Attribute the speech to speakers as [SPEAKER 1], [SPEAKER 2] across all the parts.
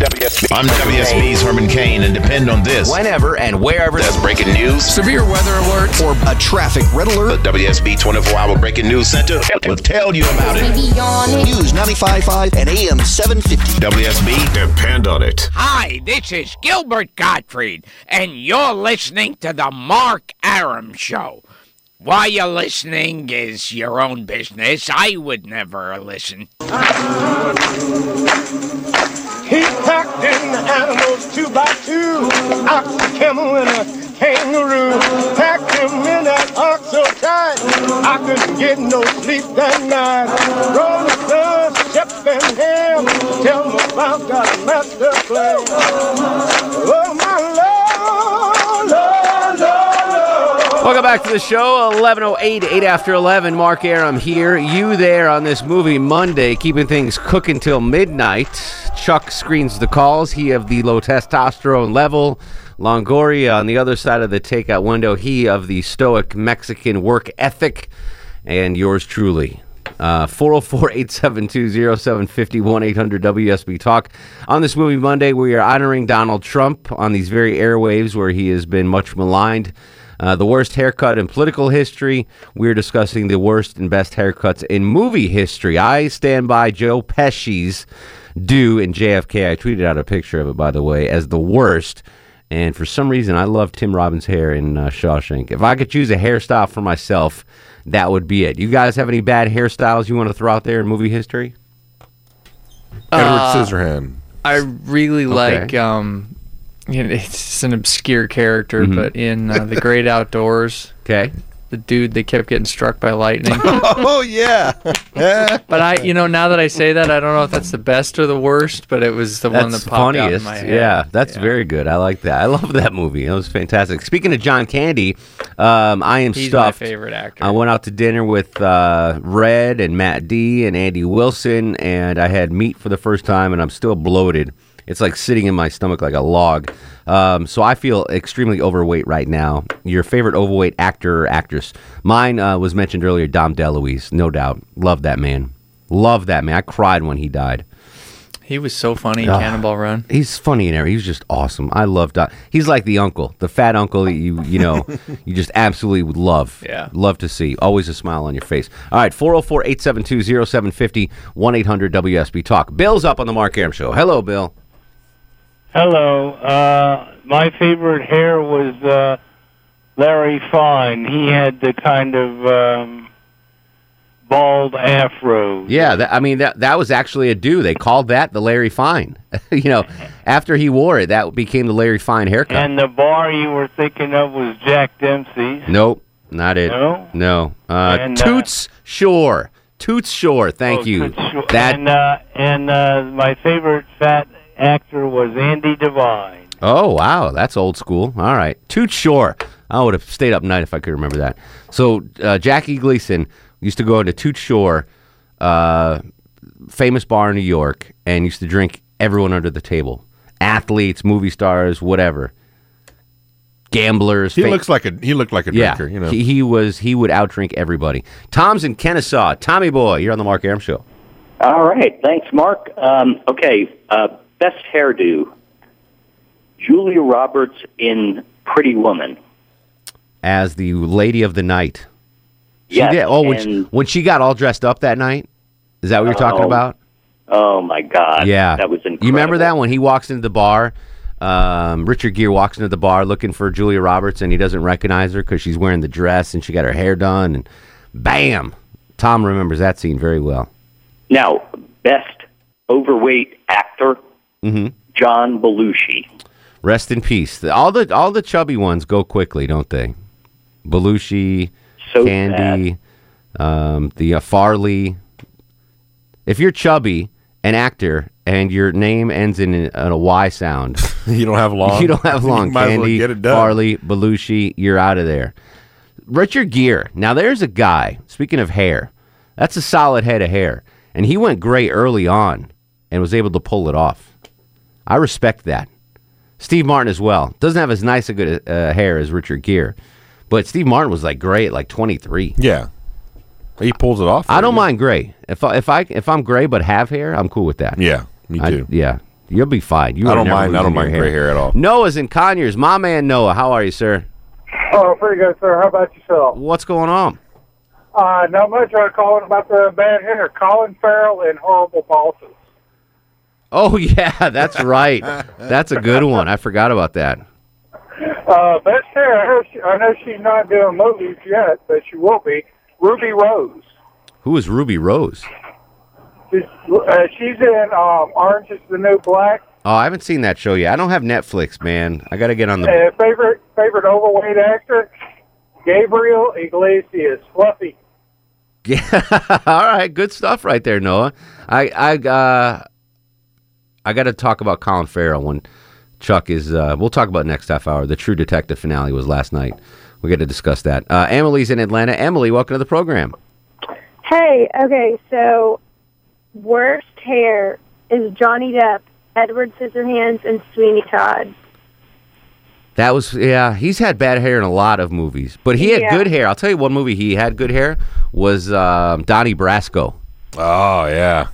[SPEAKER 1] WSB.
[SPEAKER 2] I'm WSB's Herman Kane, and depend on this.
[SPEAKER 3] Whenever and wherever
[SPEAKER 1] That's breaking news.
[SPEAKER 4] Severe weather alert.
[SPEAKER 3] or a traffic red
[SPEAKER 1] The
[SPEAKER 3] alert.
[SPEAKER 1] WSB 24 hour breaking news center will tell you about it.
[SPEAKER 3] News 95.5 and AM 750.
[SPEAKER 2] WSB.
[SPEAKER 5] Depend on it.
[SPEAKER 6] Hi, this is Gilbert Gottfried, and you're listening to the Mark Aram Show. Why you're listening is your own business. I would never listen.
[SPEAKER 7] He packed in the animals two by two, ox, a camel, and a kangaroo. Packed him in that ox so tight, I couldn't get no sleep that night. Roll the sun, step and ham, tell me about that master plan. Oh, my love, love, love, love.
[SPEAKER 8] Welcome back to the show. 1108, 8 after 11. Mark Aram here. You there on this movie Monday, keeping things cooking till midnight. Chuck screens the calls. He of the low testosterone level. Longoria on the other side of the takeout window. He of the stoic Mexican work ethic. And yours truly. Uh, 404 872 0751 800 WSB Talk. On this movie Monday, we are honoring Donald Trump on these very airwaves where he has been much maligned. Uh, the worst haircut in political history. We're discussing the worst and best haircuts in movie history. I stand by Joe Pesci's do in JFK. I tweeted out a picture of it, by the way, as the worst. And for some reason, I love Tim Robbins' hair in uh, Shawshank. If I could choose a hairstyle for myself, that would be it. You guys have any bad hairstyles you want to throw out there in movie history?
[SPEAKER 5] Edward Scissorhand.
[SPEAKER 4] I really like um, you know, it's just an obscure character,
[SPEAKER 8] Mm-hmm.
[SPEAKER 4] but in uh, the Great Outdoors,
[SPEAKER 8] Okay.
[SPEAKER 4] the dude that kept getting struck by lightning.
[SPEAKER 5] Oh yeah.
[SPEAKER 4] but I, you know, now that I say that, I don't know if that's the best or the worst, but it was the one that
[SPEAKER 8] That's
[SPEAKER 4] popped out in
[SPEAKER 8] funniest.
[SPEAKER 4] my head.
[SPEAKER 8] Yeah, that's very good. I like that. I love that movie. That was fantastic. Speaking of John Candy, um, I am
[SPEAKER 4] he's
[SPEAKER 8] stuffed.
[SPEAKER 4] my favorite actor.
[SPEAKER 8] I went out to dinner with uh, Red and Matt D and Andy Wilson, and I had meat for the first time, and I'm still bloated. It's like sitting in my stomach like a log. Um, so I feel extremely overweight right now. Your favorite overweight actor or actress? Mine uh, was mentioned earlier, Dom DeLuise, no doubt. Love that man. Love that man. I cried when he died.
[SPEAKER 4] he was so funny in
[SPEAKER 8] Ah.
[SPEAKER 4] Cannonball Run.
[SPEAKER 8] He's funny and everything. He's just awesome. I love Don. He's like the uncle, the fat uncle that you you know you just absolutely would love.
[SPEAKER 4] Yeah.
[SPEAKER 8] Love to see. Always a smile on your face. All right, 404-872-0750 1-800-WSB Talk. Bill's up on the Mark Aram show. Hello, Bill.
[SPEAKER 9] Hello. Uh, my favorite hair was uh, Larry Fine. He had the kind of um, bald afro.
[SPEAKER 8] Yeah, that, I mean that that was actually a do. They called that the Larry Fine. you know, after he wore it, that became the Larry Fine haircut.
[SPEAKER 9] And the bar you were thinking of was Jack Dempsey's.
[SPEAKER 8] nope, not it.
[SPEAKER 9] No?
[SPEAKER 8] No. Uh,
[SPEAKER 9] And, uh,
[SPEAKER 8] Toots Shore. Toots Shore. Thank
[SPEAKER 9] Oh,
[SPEAKER 8] you.
[SPEAKER 9] good sure.
[SPEAKER 8] That
[SPEAKER 9] And, uh, and uh, my favorite fat actor was Andy Devine.
[SPEAKER 8] Oh wow, that's old school. All right, Toot Shore. I would have stayed up night if I could remember that. So uh, Jackie Gleason used to go into Toot Shore, uh, famous bar in New York, and used to drink everyone under the table, athletes, movie stars, whatever, gamblers.
[SPEAKER 5] He
[SPEAKER 8] fa-
[SPEAKER 5] looks like a he looked like a
[SPEAKER 8] yeah.
[SPEAKER 5] drinker, you know.
[SPEAKER 8] he, he was he would outdrink everybody. Tom's in Kennesaw. Tommy boy, you're on the Mark Aram show.
[SPEAKER 10] All right. Thanks, Mark. Um, okay. Uh, best hairdo Julia Roberts in Pretty Woman.
[SPEAKER 8] As the lady of the night. She
[SPEAKER 10] Yes,
[SPEAKER 8] did. Oh, when she,
[SPEAKER 10] and-
[SPEAKER 8] when she got all dressed up that night. Is that what you're talking
[SPEAKER 10] Oh,
[SPEAKER 8] about?
[SPEAKER 10] Oh, my God.
[SPEAKER 8] Yeah,
[SPEAKER 10] That was incredible.
[SPEAKER 8] You remember that when he walks into the bar? Um, Richard Gere walks into the bar looking for Julia Roberts, and he doesn't recognize her because she's wearing the dress and she got her hair done, and bam! Tom remembers that scene very well.
[SPEAKER 10] Now, best overweight actor
[SPEAKER 8] Mm-hmm.
[SPEAKER 10] John Belushi.
[SPEAKER 8] Rest in peace. The- all the all the chubby ones go quickly, don't they? Belushi,
[SPEAKER 10] So
[SPEAKER 8] Candy, um, the uh, Farley. If you're chubby, an actor, and your name ends in a, in a Y sound.
[SPEAKER 5] you don't have long.
[SPEAKER 8] You don't have long.
[SPEAKER 5] you might as well
[SPEAKER 8] Candy,
[SPEAKER 5] get it done.
[SPEAKER 8] Farley, Belushi, you're out of there. Richard Gere. Now there's a guy. Speaking of hair, that's a solid head of hair, and he went gray early on and was able to pull it off. I respect that. Steve Martin as well doesn't have as nice a good uh, hair as Richard Gere, but Steve Martin was like gray at like 23.
[SPEAKER 5] Yeah. He pulls it off.
[SPEAKER 8] I don't
[SPEAKER 5] right?
[SPEAKER 8] mind gray. If I, if I if I'm gray but have hair, I'm cool with that.
[SPEAKER 5] Yeah, me
[SPEAKER 8] I-
[SPEAKER 5] too.
[SPEAKER 8] yeah, You'll be fine. You
[SPEAKER 5] I
[SPEAKER 8] are
[SPEAKER 5] don't
[SPEAKER 8] never
[SPEAKER 5] mind- I
[SPEAKER 8] losing
[SPEAKER 5] don't mind
[SPEAKER 8] your
[SPEAKER 5] gray hair at all.
[SPEAKER 8] Noah's in Conyers. My man Noah, how are you, sir?
[SPEAKER 11] Oh, pretty good, sir. How about yourself?
[SPEAKER 8] What's going on?
[SPEAKER 11] Uh, not much. I'm calling about the bad hitter, Colin Farrell and horrible bosses.
[SPEAKER 8] Oh yeah, that's right. that's a good one. I forgot about that.
[SPEAKER 11] Uh, best hitter. I know, she, I know she's not doing movies yet, but she will be. Ruby Rose.
[SPEAKER 8] Who is Ruby Rose?
[SPEAKER 11] She's, uh, she's in um, Orange Is the New Black.
[SPEAKER 8] Oh, I haven't seen that show yet. I don't have Netflix, man. I got to get on the.
[SPEAKER 11] Uh, favorite favorite overweight actor, Gabriel Iglesias. Fluffy.
[SPEAKER 8] Yeah. All right, good stuff right there, Noah. I I uh, I got to talk about Colin Farrell when Chuck is. Uh, we'll talk about next half hour. The True Detective finale was last night. We got to discuss that. Uh, Emily's in Atlanta. Emily, welcome to the program.
[SPEAKER 12] Hey, okay, so worst hair is Johnny Depp, Edward Scissorhands, and Sweeney Todd.
[SPEAKER 8] That was yeah. He's had bad hair in a lot of movies, but he had
[SPEAKER 12] Yeah.
[SPEAKER 8] good hair. I'll tell you one movie he had good hair was um, Donnie Brasco. Oh yeah,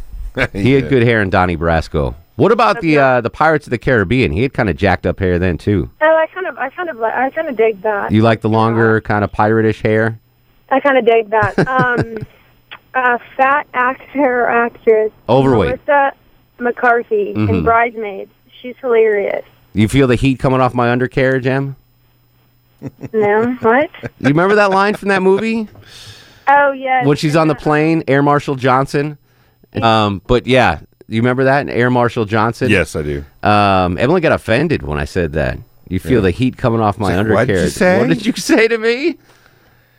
[SPEAKER 8] he had good hair in Donnie Brasco. What about the uh, the Pirates of the Caribbean? He had kind of jacked up hair then too.
[SPEAKER 12] Oh, I kind of, I kind of, like, I kind of dig that.
[SPEAKER 8] You like the longer kind of pirateish hair?
[SPEAKER 12] I kind of dig that. Um, a fat actor or actress,
[SPEAKER 8] Overweight.
[SPEAKER 12] Melissa McCarthy
[SPEAKER 8] Mhm.
[SPEAKER 12] in Bridesmaids. She's hilarious.
[SPEAKER 8] You feel the heat coming off my undercarriage, Em?
[SPEAKER 12] No, what?
[SPEAKER 8] You remember that line from that movie
[SPEAKER 12] Oh yes.
[SPEAKER 8] when she's on the plane, Air Marshal Johnson? Um, but yeah, you remember that Air Marshal Johnson?
[SPEAKER 5] Yes, I do.
[SPEAKER 8] Um, Emily got offended when I said that. You feel
[SPEAKER 5] Yeah.
[SPEAKER 8] the heat coming off my
[SPEAKER 5] She's like, "What'd
[SPEAKER 8] undercarriage.
[SPEAKER 5] you say?"
[SPEAKER 8] What did you say to me?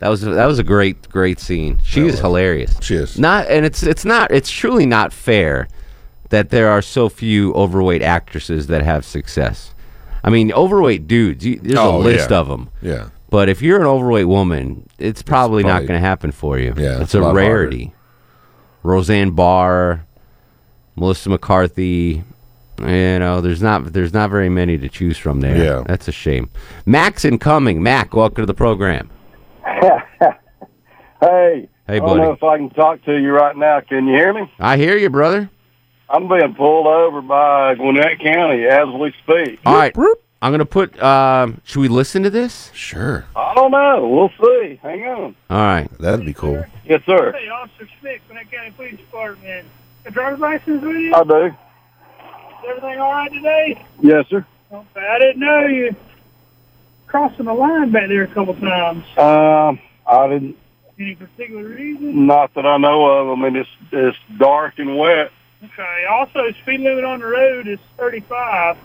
[SPEAKER 8] That was that was a great great scene. She is hilarious. She is not, and it's it's not it's truly not fair that there are so few overweight actresses that have success. I mean, overweight dudes. You, there's
[SPEAKER 5] Oh,
[SPEAKER 8] a list
[SPEAKER 5] yeah.
[SPEAKER 8] of them.
[SPEAKER 5] Yeah.
[SPEAKER 8] But if you're an overweight woman, it's probably,
[SPEAKER 5] probably-
[SPEAKER 8] not going to happen for you.
[SPEAKER 5] Yeah,
[SPEAKER 8] it's
[SPEAKER 5] it's
[SPEAKER 8] a
[SPEAKER 5] a lot harder.
[SPEAKER 8] rarity. Roseanne Barr, Melissa McCarthy. You know, there's not there's not very many to choose from there.
[SPEAKER 5] Yeah.
[SPEAKER 8] that's a shame. Max incoming. Mac, welcome to the program.
[SPEAKER 13] Hey.
[SPEAKER 8] Hey,
[SPEAKER 13] I don't
[SPEAKER 8] buddy.
[SPEAKER 13] know if I can talk to you right now. Can you hear me?
[SPEAKER 8] I hear you, brother.
[SPEAKER 13] I'm being pulled over by Gwinnett County as we speak.
[SPEAKER 8] All right, I'm gonna put. Um, should we listen to this? Sure.
[SPEAKER 13] I don't know. We'll see. Hang on.
[SPEAKER 8] All right, that'd be cool.
[SPEAKER 13] Yes, sir.
[SPEAKER 14] Hey, Officer Smith, Gwinnett County Police Department. A driver's license with you?
[SPEAKER 13] I do.
[SPEAKER 14] Is everything all right today?
[SPEAKER 13] Yes, sir.
[SPEAKER 14] I didn't know you crossing the line back there a couple times.
[SPEAKER 13] Um, I didn't.
[SPEAKER 14] Any particular reason?
[SPEAKER 13] Not that I know of. I mean, it's it's dark and wet.
[SPEAKER 14] Okay. Also, speed limit on the road is 35.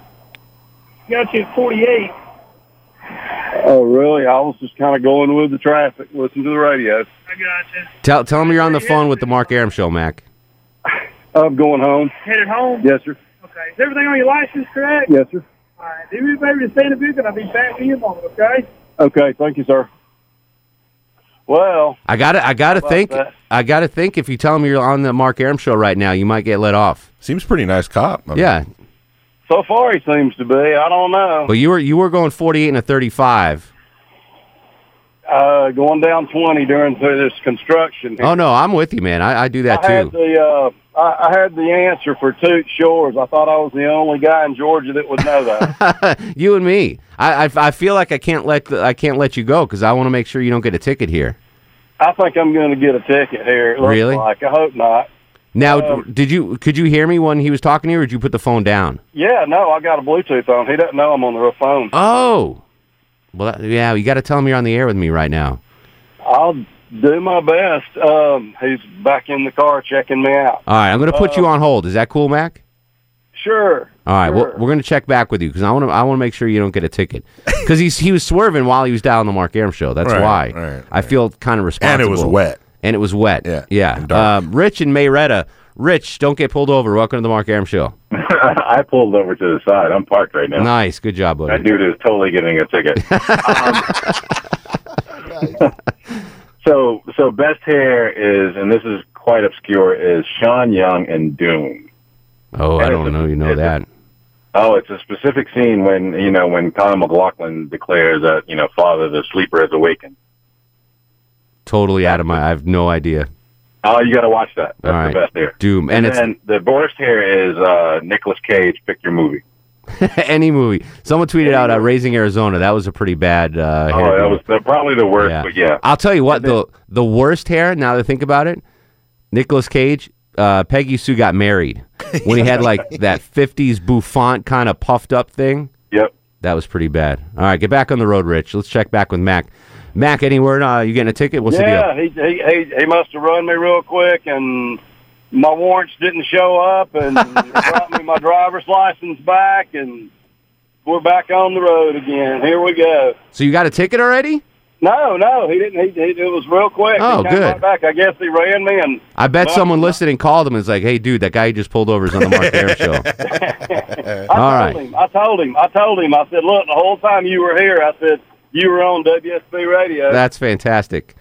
[SPEAKER 14] Got you at 48.
[SPEAKER 13] Oh, really? I was just kind of going with the traffic, listening to the radio.
[SPEAKER 14] I got you.
[SPEAKER 8] Tell tell him you're on the phone with the Mark Aram show, Mac.
[SPEAKER 13] I'm going home.
[SPEAKER 14] Headed home?
[SPEAKER 13] Yes, sir.
[SPEAKER 14] Okay. Is everything on your license correct?
[SPEAKER 13] Yes, sir.
[SPEAKER 14] All right. Do me a favor to stay in the vehicle. I'll be back in you a moment, okay?
[SPEAKER 13] Okay. Thank you, sir. Well,
[SPEAKER 8] I gotta, I gotta
[SPEAKER 13] Well,
[SPEAKER 8] think,
[SPEAKER 13] that-
[SPEAKER 8] I gotta think. If you tell him you're on the Mark Aram show right now, you might get let off. Seems pretty nice cop. yeah,
[SPEAKER 13] so far he seems to be. I don't know.
[SPEAKER 8] but you were you were going 48 and a 35.
[SPEAKER 13] Uh, going down 20 during this construction.
[SPEAKER 8] Oh no, I'm with you, man. I, I do that
[SPEAKER 13] I had
[SPEAKER 8] too.
[SPEAKER 13] the uh, I, I had the answer for Toot Shores. I thought I was the only guy in Georgia that would know that.
[SPEAKER 8] you and me. I, I I feel like I can't let the, I can't let you go because I want to make sure you don't get a ticket here.
[SPEAKER 13] I think I'm going to get a ticket here. It looks
[SPEAKER 8] Really?
[SPEAKER 13] Like I hope not.
[SPEAKER 8] Now,
[SPEAKER 13] Um,
[SPEAKER 8] d- did you could you hear me when he was talking to you, or did you put the phone down?
[SPEAKER 13] Yeah, no, I got a Bluetooth on. He doesn't know I'm on the phone.
[SPEAKER 8] Oh, well, that- yeah. You got to tell him you're on the air with me right now.
[SPEAKER 13] I'll do my best. Um, he's back in the car checking me out.
[SPEAKER 8] All right, I'm going to put you
[SPEAKER 13] Um,
[SPEAKER 8] on hold. Is that cool, Mac?
[SPEAKER 13] Sure.
[SPEAKER 8] All right, well, we're going to check back with you because I want to. I want to make sure you don't get a ticket because he's he was swerving while he was down the Mark Aram show. That's
[SPEAKER 5] Right,
[SPEAKER 8] why
[SPEAKER 5] right,
[SPEAKER 8] I feel kind of responsible.
[SPEAKER 5] was wet.
[SPEAKER 8] And it was wet. Yeah, yeah. Um, Rich and Mayretta. Rich, don't get pulled over. Welcome to the Mark Aram show.
[SPEAKER 15] I pulled over to the side. I'm parked right now.
[SPEAKER 8] Nice, good job, buddy.
[SPEAKER 15] That dude is totally getting a ticket. Um, so, so best hair is, and this is quite obscure, is Sean Young and Doom.
[SPEAKER 8] Oh, I
[SPEAKER 15] And
[SPEAKER 8] don't
[SPEAKER 15] it's
[SPEAKER 8] know. You know that.
[SPEAKER 15] Oh, it's a specific scene when you know when Colin McLaughlin declares that you know, Father, the sleeper is awakened.
[SPEAKER 8] Totally out of my. I have no idea.
[SPEAKER 15] Oh, you got to watch that. That's
[SPEAKER 8] All right.
[SPEAKER 15] the best hair.
[SPEAKER 8] Doom. And
[SPEAKER 15] And,
[SPEAKER 8] it's-
[SPEAKER 15] then the worst hair is uh, Nicholas Cage. Pick your movie.
[SPEAKER 8] Any movie. Someone tweeted out uh, "Raising Arizona." That was a pretty bad. Uh,
[SPEAKER 15] Oh, that was the, probably the worst. But yeah,
[SPEAKER 8] I'll tell you what the the worst hair. Now that I think about it, Nicolas Cage, uh, Peggy Sue got married when he had like that '50s bouffant kind of puffed up thing.
[SPEAKER 15] Yep.
[SPEAKER 8] that was pretty bad. All right, get back on the road, Rich. Let's check back with Mac. Mac, anywhere? Uh, you getting a ticket? What's the deal?
[SPEAKER 13] yeah, he, he he he must have run me real quick, and my warrants didn't show up, and brought me my driver's license back, and we're back on the road again. Here we go.
[SPEAKER 8] So you got a ticket already?
[SPEAKER 13] No, no, he didn't. He, he it was real quick.
[SPEAKER 8] Oh,
[SPEAKER 13] he came
[SPEAKER 8] good.
[SPEAKER 13] Right back. I guess he ran me, and
[SPEAKER 8] I bet
[SPEAKER 13] Well,
[SPEAKER 8] someone listening called him and was like, "Hey, dude, that guy you just pulled over is on the Mark Air show."
[SPEAKER 13] I
[SPEAKER 8] All
[SPEAKER 13] told him. I told him. I told him. I said, look, the whole time you were here, I said you were on WSB radio.
[SPEAKER 8] That's fantastic.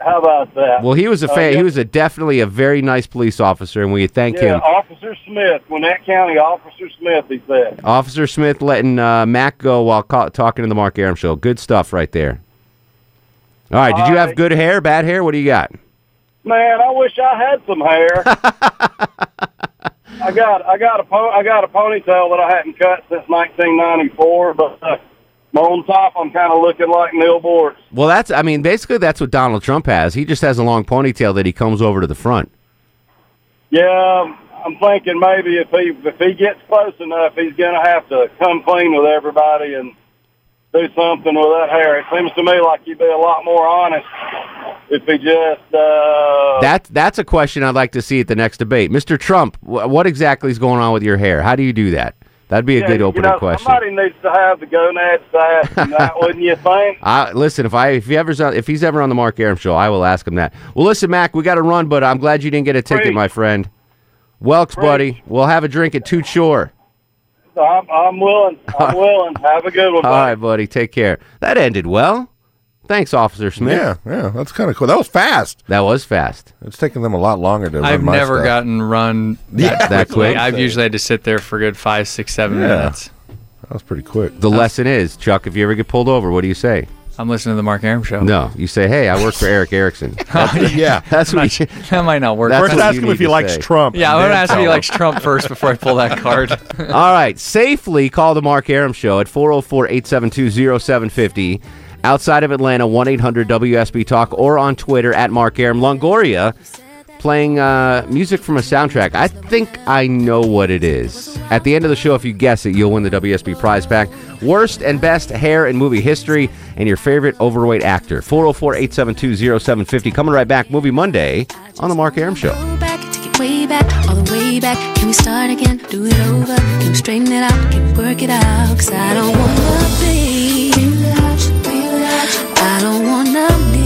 [SPEAKER 13] How about that?
[SPEAKER 8] Well, he was a
[SPEAKER 13] Uh,
[SPEAKER 8] fan.
[SPEAKER 13] yeah.
[SPEAKER 8] He was a definitely a very nice police officer, and we thank
[SPEAKER 13] yeah, uh,
[SPEAKER 8] him.
[SPEAKER 13] Officer Smith, Gwinnett County Officer Smith, he said.
[SPEAKER 8] Officer Smith letting uh, Mac go while ca- talking to the Mark Aram show. Good stuff right there. All right. Did you have good hair, bad hair? What do you got?
[SPEAKER 13] Man, I wish I had some hair. I got I got a po- I got a ponytail that I hadn't cut since 1994, but uh, on top I'm kind of looking like Neil Bortz.
[SPEAKER 8] Well, that's. I mean, basically, that's what Donald Trump has. He just has a long ponytail that he comes over to the front.
[SPEAKER 13] Yeah, I'm thinking maybe if he if he gets close enough, he's gonna have to come clean with everybody and do something with that hair. It seems to me like he'd be a lot more honest if he just uh,
[SPEAKER 8] That's that's a question I'd like to see at the next debate, Mr. Trump. Wh- what exactly is going on with your hair? How do you do that? That'd be a
[SPEAKER 13] yeah,
[SPEAKER 8] good
[SPEAKER 13] you
[SPEAKER 8] opening
[SPEAKER 13] know,
[SPEAKER 8] question.
[SPEAKER 13] Somebody needs to have the gonads that and that, wouldn't you think?
[SPEAKER 8] I, listen, if I if he ever's on, if he's ever on the Mark Aram show, I will ask him that. Well, listen, Mac, we got to run, but I'm glad you didn't get a ticket,
[SPEAKER 13] Preach.
[SPEAKER 8] my friend. Welks, buddy, we'll have a drink at Toot Shore.
[SPEAKER 13] I'm, I'm willing. I'm willing. Have a good one.
[SPEAKER 8] All right, buddy, take care. That ended well. Thanks, Officer Smith.
[SPEAKER 5] Yeah, yeah, that's kind of cool. That was fast.
[SPEAKER 8] That was fast.
[SPEAKER 5] It's taking them a lot longer to.
[SPEAKER 4] I've
[SPEAKER 5] run my
[SPEAKER 4] never
[SPEAKER 5] stuff.
[SPEAKER 4] gotten run
[SPEAKER 5] Yeah,
[SPEAKER 4] that,
[SPEAKER 5] that's
[SPEAKER 4] quick.
[SPEAKER 5] what I'm
[SPEAKER 4] I've
[SPEAKER 5] saying.
[SPEAKER 4] usually had to sit there for a good five, six, seven
[SPEAKER 5] Yeah.
[SPEAKER 4] minutes.
[SPEAKER 5] That was pretty quick.
[SPEAKER 8] The lesson is, Chuck, if you ever get pulled over, what do you say?
[SPEAKER 4] I'm listening to the Mark Aram show.
[SPEAKER 8] No, you say, "Hey, I work for Eric Erickson."
[SPEAKER 4] yeah,
[SPEAKER 8] that's what you,
[SPEAKER 4] that might not work.
[SPEAKER 8] That's First what ask you him if need he to likes say. Trump,
[SPEAKER 4] Yeah,
[SPEAKER 8] and
[SPEAKER 4] I'm gonna
[SPEAKER 8] then
[SPEAKER 4] ask if
[SPEAKER 8] tell
[SPEAKER 4] he
[SPEAKER 8] him.
[SPEAKER 4] likes Trump first before I pull that card.
[SPEAKER 8] All right, safely call the Mark Aram Show at 404 872 0750. Outside of Atlanta, 1 800 WSB Talk or on Twitter at Mark Aram. Longoria playing uh, music from a soundtrack. I think I know what it is. At the end of the show, if you guess it, you'll win the WSB prize pack. Worst and best hair in movie history and your favorite overweight actor. 404 872 0750. Coming right back, Movie Monday on the Mark Aram Show.
[SPEAKER 16] Go back, take it way back, all the way back. Can we start again? Do it over. Can we straighten it out? Can we work it out? Cause I don't wanna be. I don't wanna live.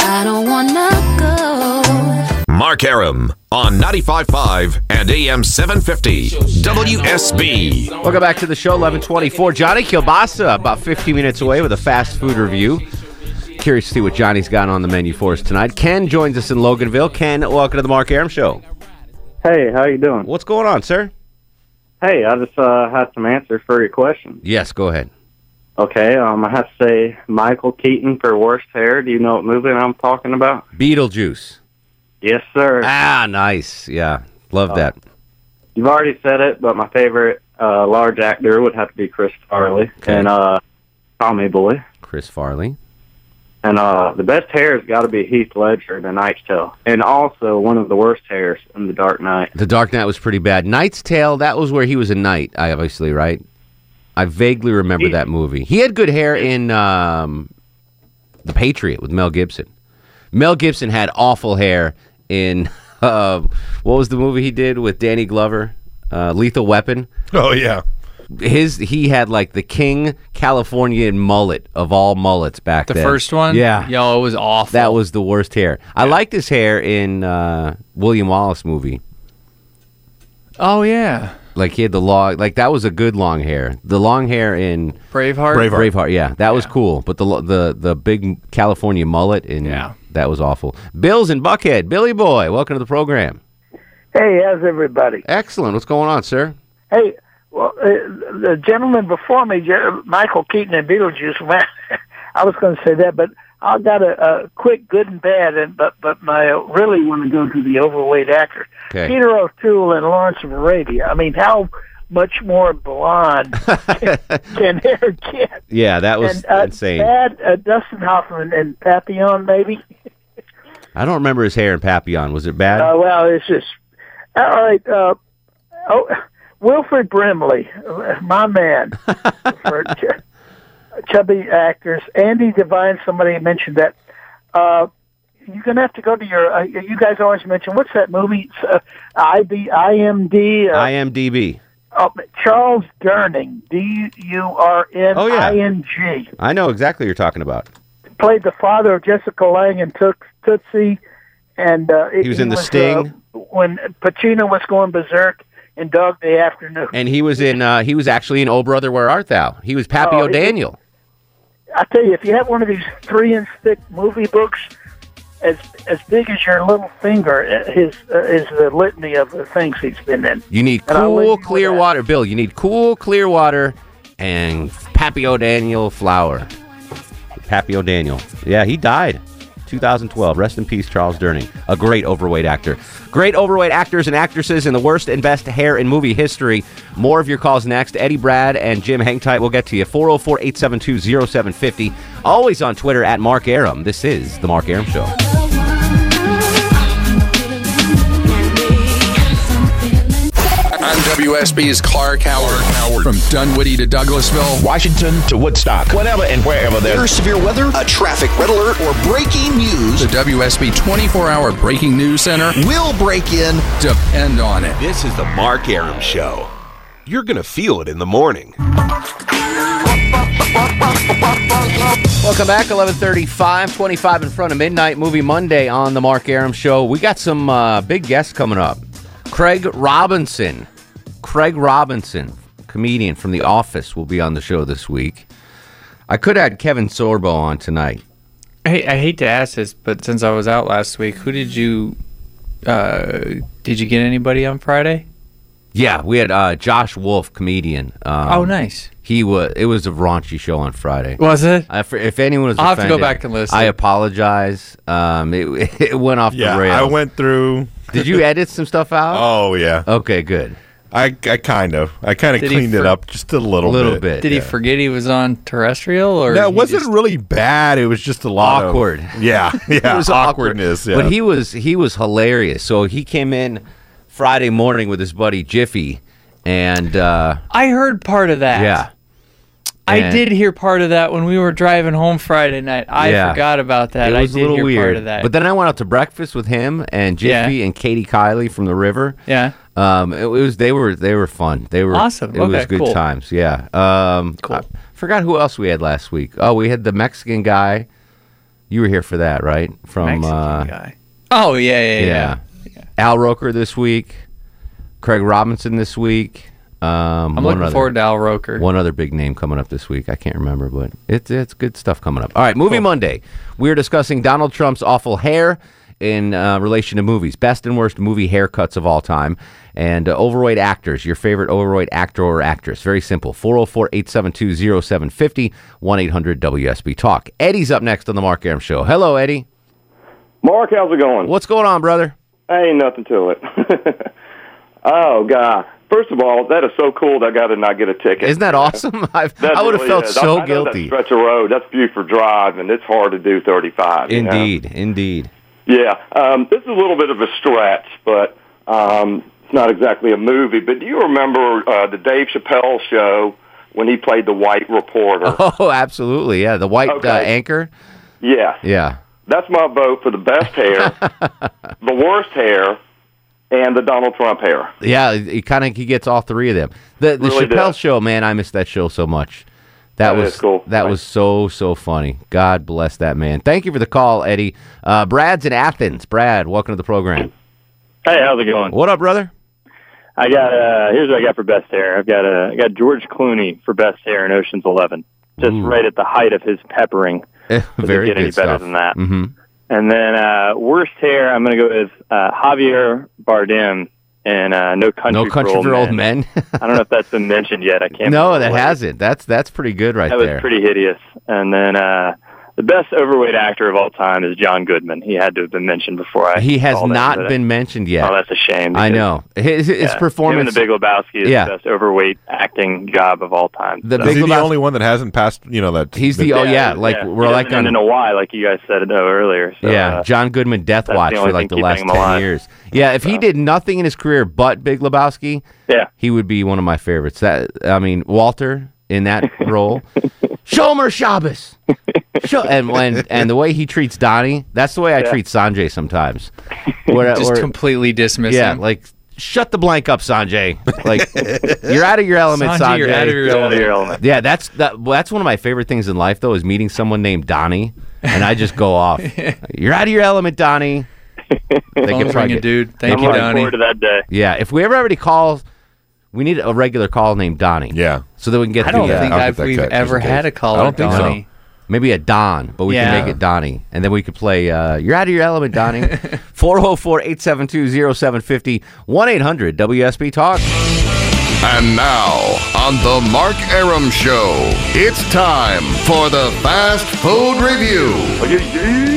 [SPEAKER 16] I don't wanna go.
[SPEAKER 17] Mark Aram on 95.5 and AM 750 WSB.
[SPEAKER 8] Welcome back to the show, 1124. Johnny Kilbasa, about 15 minutes away with a fast food review. Curious to see what Johnny's got on the menu for us tonight. Ken joins us in Loganville. Ken, welcome to the Mark Aram Show.
[SPEAKER 18] Hey, how you doing?
[SPEAKER 8] What's going on, sir?
[SPEAKER 18] Hey, I just uh, had some answers for your question.
[SPEAKER 8] Yes, go ahead.
[SPEAKER 18] Okay, um, I have to say Michael Keaton for worst hair. Do you know what movie I'm talking about?
[SPEAKER 8] Beetlejuice.
[SPEAKER 18] Yes, sir.
[SPEAKER 8] Ah, nice. Yeah, love that.
[SPEAKER 18] You've already said it, but my favorite uh, large actor would have to be Chris Farley
[SPEAKER 8] Okay.
[SPEAKER 18] and uh, Tommy Boy.
[SPEAKER 8] Chris Farley.
[SPEAKER 18] And uh, the best hair has got to be Heath Ledger in The Knight's Tale, and also one of the worst hairs in The Dark Knight.
[SPEAKER 8] The Dark Knight was pretty bad. Knight's Tale, that was where he was a knight, I obviously, right? I vaguely remember that movie. He had good hair in um, The Patriot with Mel Gibson. Mel Gibson had awful hair in uh, what was the movie he did with Danny Glover? Uh, Lethal Weapon.
[SPEAKER 5] Oh yeah.
[SPEAKER 8] His he had like the King Californian mullet of all mullets back
[SPEAKER 4] The
[SPEAKER 8] then.
[SPEAKER 4] first one?
[SPEAKER 8] Yeah.
[SPEAKER 4] Yo, it was awful.
[SPEAKER 8] That was the worst hair. I liked his hair in uh, William Wallace movie.
[SPEAKER 4] Oh yeah,
[SPEAKER 8] Like he had the long, like that was a good long hair. The long hair in
[SPEAKER 4] Braveheart?
[SPEAKER 8] Braveheart,
[SPEAKER 4] Braveheart.
[SPEAKER 8] yeah, that was cool. But the lo- the the big California mullet and yeah. that was awful. Bills and Buckhead, Billy Boy, welcome to the program.
[SPEAKER 19] Hey, how's everybody?
[SPEAKER 8] Excellent. What's going on, sir?
[SPEAKER 19] Hey, well, uh, the gentleman before me, Je- Michael Keaton and Beetlejuice. Man, I was going to say that, but
[SPEAKER 11] I got a, a quick good and bad, and but but my
[SPEAKER 2] uh,
[SPEAKER 11] I really want to go to the overweight actor,
[SPEAKER 8] Okay.
[SPEAKER 11] Peter O'Toole and Lawrence of Arabia. I mean, how much more blonde can, can hair get?
[SPEAKER 8] Yeah, that was
[SPEAKER 11] and, uh,
[SPEAKER 8] insane.
[SPEAKER 11] Bad, uh, Dustin Hoffman and Papillon, maybe.
[SPEAKER 8] I don't remember his hair in Papillon. Was it bad?
[SPEAKER 11] Uh, well, it's just all right. Uh, oh, Wilfred Brimley, uh, my man, for ch- chubby actors. Andy Devine, somebody mentioned that. Uh, you're gonna have to go to your. Uh, you guys always mention what's that movie? It's, Uh, IB, IMD. Uh,
[SPEAKER 8] IMDb.
[SPEAKER 11] uh, Charles Durning, D U R N
[SPEAKER 8] Oh, yeah.
[SPEAKER 11] I N G,
[SPEAKER 8] I know exactly what you're talking about.
[SPEAKER 11] played the father of Jessica Lange and Took Tootsie, and uh,
[SPEAKER 8] He was in The Sting.
[SPEAKER 11] uh, when Pacino was going berserk in Dog Day Afternoon.
[SPEAKER 8] And he was in. Uh, he was actually in Oh Brother, Where Art Thou? He was Pappy
[SPEAKER 11] Oh, it-
[SPEAKER 8] O'Daniel.
[SPEAKER 11] I tell you, if you have one of these three-inch thick movie books, as as big as your little finger, uh, his uh, is the litany of the things he's been in.
[SPEAKER 8] You need
[SPEAKER 11] And I'll leave
[SPEAKER 8] cool, clear water, Bill. You need cool, clear water and Pappy O'Daniel flour. Pappy O'Daniel. Yeah, he died. 2012. Rest in peace, Charles Durning, a great overweight actor. Great overweight actors and actresses in the worst and best hair in movie history. More of your calls next. Eddie Brad and Jim hang tight. We'll get to you. 404 872 0750. Always on Twitter at Mark Aram. This is The Mark Aram Show.
[SPEAKER 20] I'm WSB's Clark Howard. Howard. From Dunwoody to Douglasville, Washington to Woodstock, whenever and wherever
[SPEAKER 3] Or severe weather, a traffic red alert, or breaking news.
[SPEAKER 20] The WSB 24 hour breaking news center
[SPEAKER 3] will break in.
[SPEAKER 20] Depend on it.
[SPEAKER 21] This is the Mark Aram Show. You're going to feel it in the morning.
[SPEAKER 8] Welcome back, 1135, 25 in front of midnight, Movie Monday on The Mark Aram Show. We got some uh, big guests coming up. Craig Robinson, Craig Robinson, comedian from The Office, will be on the show this week. I could add Kevin Sorbo on tonight.
[SPEAKER 4] Hey, I hate to ask this, but since I was out last week, who did you uh, did you get anybody on Friday?
[SPEAKER 8] Yeah, we had uh, Josh Wolf, comedian. Um,
[SPEAKER 4] Oh, nice.
[SPEAKER 8] He was. It was a raunchy show on Friday.
[SPEAKER 4] Was it?
[SPEAKER 8] I- for- if anyone was,
[SPEAKER 4] I'll have to go
[SPEAKER 8] offended,
[SPEAKER 4] back and listen.
[SPEAKER 8] I apologize. Um, it, it went off
[SPEAKER 22] Yeah,
[SPEAKER 8] the rails.
[SPEAKER 22] I went through.
[SPEAKER 8] Did you edit some stuff out?
[SPEAKER 22] Oh yeah.
[SPEAKER 8] Okay, good.
[SPEAKER 22] I, I kind of I kind of
[SPEAKER 4] Did he
[SPEAKER 22] cleaned it
[SPEAKER 4] for-
[SPEAKER 22] up just a little,
[SPEAKER 4] Did he forget he was on terrestrial, or
[SPEAKER 22] No, it
[SPEAKER 4] he
[SPEAKER 22] wasn't
[SPEAKER 4] just-
[SPEAKER 22] really bad. It was just a lot of-
[SPEAKER 8] Awkward.
[SPEAKER 22] yeah, yeah,
[SPEAKER 8] It was awkward.
[SPEAKER 22] awkwardness. Yeah.
[SPEAKER 8] But he was he was hilarious. So he came in Friday morning with his buddy Jiffy, and uh,
[SPEAKER 4] I heard part of that.
[SPEAKER 8] yeah,
[SPEAKER 4] I
[SPEAKER 8] And-
[SPEAKER 4] did hear part of that when we were driving home Friday night. I
[SPEAKER 8] Yeah.
[SPEAKER 4] forgot about that.
[SPEAKER 8] It was
[SPEAKER 4] I did
[SPEAKER 8] a little
[SPEAKER 4] hear
[SPEAKER 8] weird.
[SPEAKER 4] part of that.
[SPEAKER 8] But then I went out to breakfast with him and Jiffy and Katie Kiley from the River.
[SPEAKER 4] Yeah.
[SPEAKER 8] Um, it, it was they were they were fun. They were
[SPEAKER 4] Awesome.
[SPEAKER 8] It was
[SPEAKER 4] Okay,
[SPEAKER 8] good
[SPEAKER 4] cool.
[SPEAKER 8] times. Yeah. Um, cool. I forgot who else we had last week. Oh, we had the Mexican guy. You were here for that, right? From
[SPEAKER 4] Mexican
[SPEAKER 8] uh,
[SPEAKER 4] guy. oh yeah, yeah,
[SPEAKER 8] yeah.
[SPEAKER 4] yeah.
[SPEAKER 8] Al Roker this week, Craig Robinson this week. Um,
[SPEAKER 4] I'm
[SPEAKER 8] one
[SPEAKER 4] looking
[SPEAKER 8] other-
[SPEAKER 4] forward to Al Roker.
[SPEAKER 8] One other big name coming up this week. I can't remember, but it's it's good stuff coming up. All right, Movie Monday. We're discussing Donald Trump's awful hair in uh, relation to movies, best and worst movie haircuts of all time, and uh, overweight actors. Your favorite overweight actor or actress. Very simple. 404-872-0750, 1-800-WSB-TALK. Eddie's up next on the Mark Aram Show. Hello, Eddie.
[SPEAKER 23] Mark, how's it going?
[SPEAKER 8] What's going on, brother?
[SPEAKER 23] Ain't nothing to it. oh God! First of all, that is so cool. That guy did not get a ticket.
[SPEAKER 8] Isn't that awesome? I've,
[SPEAKER 23] That
[SPEAKER 8] I would have
[SPEAKER 23] really
[SPEAKER 8] felt
[SPEAKER 23] is. I-
[SPEAKER 8] so
[SPEAKER 23] I know
[SPEAKER 8] guilty.
[SPEAKER 23] That stretch of road. That's Buford Drive, and it's hard to do 35. you know?
[SPEAKER 8] Indeed, indeed.
[SPEAKER 23] Yeah. Um, this is a little bit of a stretch, but um, it's not exactly a movie. But do you remember uh, the Dave Chappelle show when he played the white reporter?
[SPEAKER 8] Oh, absolutely. Yeah, the white uh, anchor.
[SPEAKER 23] Yes.
[SPEAKER 8] Yeah.
[SPEAKER 23] That's my vote for the best hair, the worst hair, and the Donald Trump hair.
[SPEAKER 8] Yeah, he kind of he gets all three of them. The the
[SPEAKER 23] Really
[SPEAKER 8] Chappelle
[SPEAKER 23] does.
[SPEAKER 8] show, man, I miss that show so much. That,
[SPEAKER 23] That
[SPEAKER 8] was
[SPEAKER 23] is cool.
[SPEAKER 8] That was so so funny. God bless that man. Thank you for the call, Eddie. Uh, Brad's in Athens. Brad, welcome to the program.
[SPEAKER 24] Hey, how's it going?
[SPEAKER 8] What up, brother?
[SPEAKER 24] I got uh here's what I got for best hair. I've got uh, I got George Clooney for best hair in Ocean's Eleven, just right at the height of his peppering. Does it
[SPEAKER 8] Very
[SPEAKER 24] get
[SPEAKER 8] good
[SPEAKER 24] any better
[SPEAKER 8] stuff.
[SPEAKER 24] than that?
[SPEAKER 8] hmm
[SPEAKER 24] And then uh, worst hair, I'm going to go with uh, Javier Bardem in uh, No Country
[SPEAKER 8] No country for old men.
[SPEAKER 24] I don't know if that's been mentioned yet. I can't.
[SPEAKER 8] no,
[SPEAKER 24] remember
[SPEAKER 8] that
[SPEAKER 24] what-
[SPEAKER 8] hasn't. That's that's pretty good right
[SPEAKER 24] that was
[SPEAKER 8] there.
[SPEAKER 24] pretty hideous. And then uh, The best overweight actor of all time is John Goodman. He had to have been mentioned before I.
[SPEAKER 8] He has
[SPEAKER 24] called it
[SPEAKER 8] not
[SPEAKER 24] today.
[SPEAKER 8] been mentioned yet.
[SPEAKER 24] Oh, that's a shame.
[SPEAKER 8] I
[SPEAKER 24] because-
[SPEAKER 8] know. His- his
[SPEAKER 24] yeah, Him and
[SPEAKER 8] performance-
[SPEAKER 24] the Big Lebowski is
[SPEAKER 8] Yeah.
[SPEAKER 24] the best overweight acting job of all time.
[SPEAKER 8] The
[SPEAKER 24] So-
[SPEAKER 8] Big
[SPEAKER 22] Is he the
[SPEAKER 8] Lebowski-
[SPEAKER 22] only one that hasn't passed? You know that
[SPEAKER 8] He's the- oh, yeah, like, we're
[SPEAKER 24] He
[SPEAKER 8] like
[SPEAKER 24] hasn't been
[SPEAKER 8] on-
[SPEAKER 24] in a while, like you guys said no, earlier. So,
[SPEAKER 8] yeah,
[SPEAKER 24] uh,
[SPEAKER 8] John Goodman Death
[SPEAKER 24] that's
[SPEAKER 8] Watch
[SPEAKER 24] the
[SPEAKER 8] for
[SPEAKER 24] only
[SPEAKER 8] like
[SPEAKER 24] thing
[SPEAKER 8] the
[SPEAKER 24] keeping
[SPEAKER 8] last
[SPEAKER 24] him
[SPEAKER 8] ten
[SPEAKER 24] alive.
[SPEAKER 8] years. Yeah, if he did nothing in his career but Big Lebowski,
[SPEAKER 24] yeah,
[SPEAKER 8] he would be one of my favorites. That I mean, Walter in that role, Shomer Shabbos, Sho- and when and the way he treats Donnie, that's the way I
[SPEAKER 4] Yeah.
[SPEAKER 8] treat Sanjay sometimes.
[SPEAKER 4] Just completely dismiss
[SPEAKER 8] yeah,
[SPEAKER 4] him.
[SPEAKER 8] like shut the blank up, Sanjay. Like you're out of your element,
[SPEAKER 4] Sanjay,
[SPEAKER 8] Sanjay.
[SPEAKER 4] you're out of your You're out of your element.
[SPEAKER 8] Yeah, that's that. Well, that's one of my favorite things in life, though, is meeting someone named Donnie, and I just go off. you're out of your element, Donnie. They
[SPEAKER 4] Phone
[SPEAKER 8] can
[SPEAKER 4] ringing,
[SPEAKER 8] probably get-
[SPEAKER 4] dude.
[SPEAKER 8] they
[SPEAKER 4] Thank
[SPEAKER 8] can
[SPEAKER 4] you,
[SPEAKER 8] probably-
[SPEAKER 4] Donnie.
[SPEAKER 24] that day.
[SPEAKER 8] Yeah, if we ever already call, we need a regular call named Donnie. Yeah, so that we can get.
[SPEAKER 4] I
[SPEAKER 8] through
[SPEAKER 4] don't
[SPEAKER 8] that.
[SPEAKER 4] think I'll I've- get that we've cut, just ever in case. had a caller I don't think so. Donnie.
[SPEAKER 8] Maybe a Don, but we
[SPEAKER 4] Yeah.
[SPEAKER 8] can make it Donnie, and then we could play. Uh, You're out of your element, Donnie. 404-872-0750, 1-800 WSB Talk.
[SPEAKER 20] And now, on The Mark Aram Show, it's time for the Fast Food Review.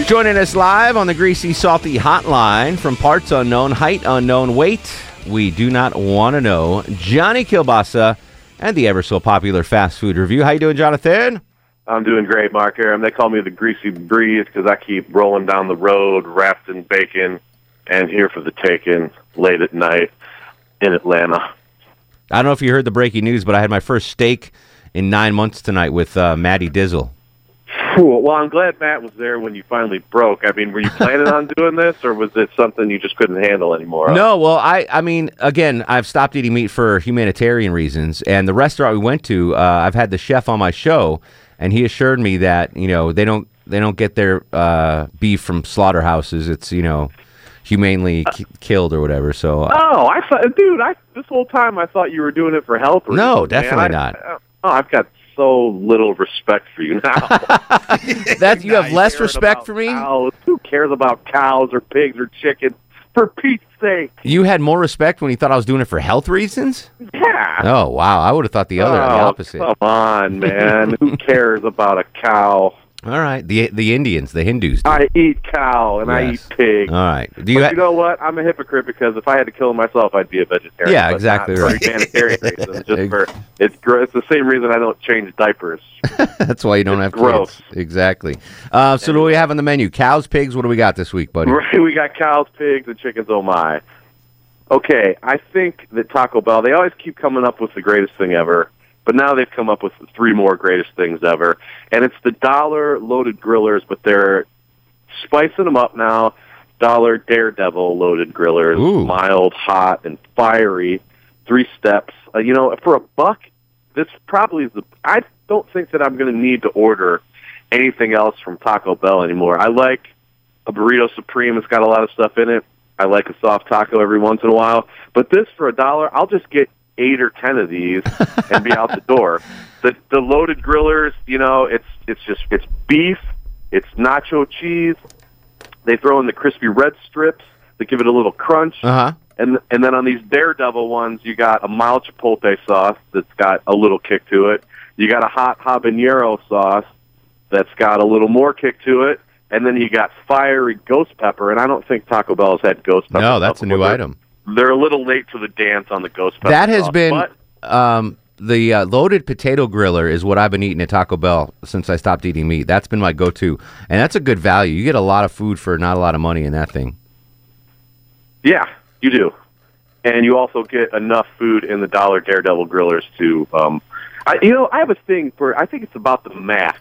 [SPEAKER 8] Joining us live on the Greasy Salty Hotline from parts unknown, height unknown, weight we do not want to know. Johnny Kilbasa and the ever so popular fast food review. How you doing, Jonathan?
[SPEAKER 1] I'm doing great, Mark Aram. They call me the greasy breeze because I keep rolling down the road wrapped in bacon and here for the taking late at night in Atlanta.
[SPEAKER 8] I don't know if you heard the breaking news, but I had my first steak in nine months tonight with uh, Maddie Dizzle.
[SPEAKER 1] Cool. Well, I'm glad Matt was there when you finally broke. I mean, were you planning on doing this or was this something you just couldn't handle anymore?
[SPEAKER 8] No, well, I, I mean, again, I've stopped eating meat for humanitarian reasons, and the restaurant we went to, uh, I've had the chef on my show, and he assured me that you know they don't they don't get their uh, beef from slaughterhouses. It's you know humanely
[SPEAKER 1] Uh,
[SPEAKER 8] ki- killed or whatever. So uh,
[SPEAKER 1] Oh, I thought, dude, I this whole time I thought you were doing it for health.
[SPEAKER 8] No,
[SPEAKER 1] reasons, man.
[SPEAKER 8] definitely
[SPEAKER 1] I-
[SPEAKER 8] not.
[SPEAKER 1] I- oh, I've got so little respect for you now.
[SPEAKER 8] that you have less respect for me.
[SPEAKER 1] Cows. Who cares about cows or pigs or chickens? For Pete's sake.
[SPEAKER 8] You had more respect when you thought I was doing it for health reasons.
[SPEAKER 1] Yeah.
[SPEAKER 8] Oh wow, I would have thought the other, the
[SPEAKER 1] Oh,
[SPEAKER 8] opposite.
[SPEAKER 1] Come on, man. Who cares about a cow?
[SPEAKER 8] All right, the the Indians, the Hindus. do.
[SPEAKER 1] I eat cow and I
[SPEAKER 8] Yes.
[SPEAKER 1] eat pig.
[SPEAKER 8] All right. Do
[SPEAKER 1] but
[SPEAKER 8] you? Ha-
[SPEAKER 1] you know what? I'm a hypocrite because if I had to kill myself, I'd be a vegetarian.
[SPEAKER 8] Yeah,
[SPEAKER 1] but
[SPEAKER 8] exactly
[SPEAKER 1] not
[SPEAKER 8] right.
[SPEAKER 1] For humanitarian reasons, just for it's gr- it's the same reason I don't change diapers.
[SPEAKER 8] That's why you don't have
[SPEAKER 1] gross.
[SPEAKER 8] kids. Exactly. Uh, so, what do we have on the menu? Cows, pigs. What do we got this week, buddy?
[SPEAKER 1] Right, we got cows, pigs, and chickens. Oh my! Okay, I think that Taco Bell. They always keep coming up with the greatest thing ever, but now they've come up with three more greatest things ever, and it's the dollar loaded grillers, but they're spicing them up now. Dollar daredevil loaded grillers, mild, hot, and fiery. Three steps. Uh, you know, for a buck, this probably is the. I don't think that I'm going to need to order anything else from Taco Bell anymore. I like a burrito supreme. It's got a lot of stuff in it. I like a soft taco every once in a while. But this for a dollar, I'll just get eight or ten of these and be out the door. The the loaded grillers, you know, it's it's just it's beef, it's nacho cheese. They throw in the crispy red strips that give it a little crunch.
[SPEAKER 8] Uh huh.
[SPEAKER 1] And and then on these daredevil ones, you got a mild chipotle sauce that's got a little kick to it. You got a hot habanero sauce that's got a little more kick to it, and then you got fiery ghost pepper. And I don't think Taco Bell's had ghost pepper.
[SPEAKER 8] No, that's a new
[SPEAKER 1] They're-
[SPEAKER 8] item.
[SPEAKER 1] They're a little late to the dance on the ghost pepper.
[SPEAKER 8] That has
[SPEAKER 1] sauce,
[SPEAKER 8] been
[SPEAKER 1] but-
[SPEAKER 8] um, the uh, loaded potato griller is what I've been eating at Taco Bell since I stopped eating meat. That's been my go-to, and that's a good value. You get a lot of food for not a lot of money in that thing.
[SPEAKER 1] yeah, you do, and you also get enough food in the dollar daredevil grillers to. Um, I, you know, I have a thing for. I think it's about the math.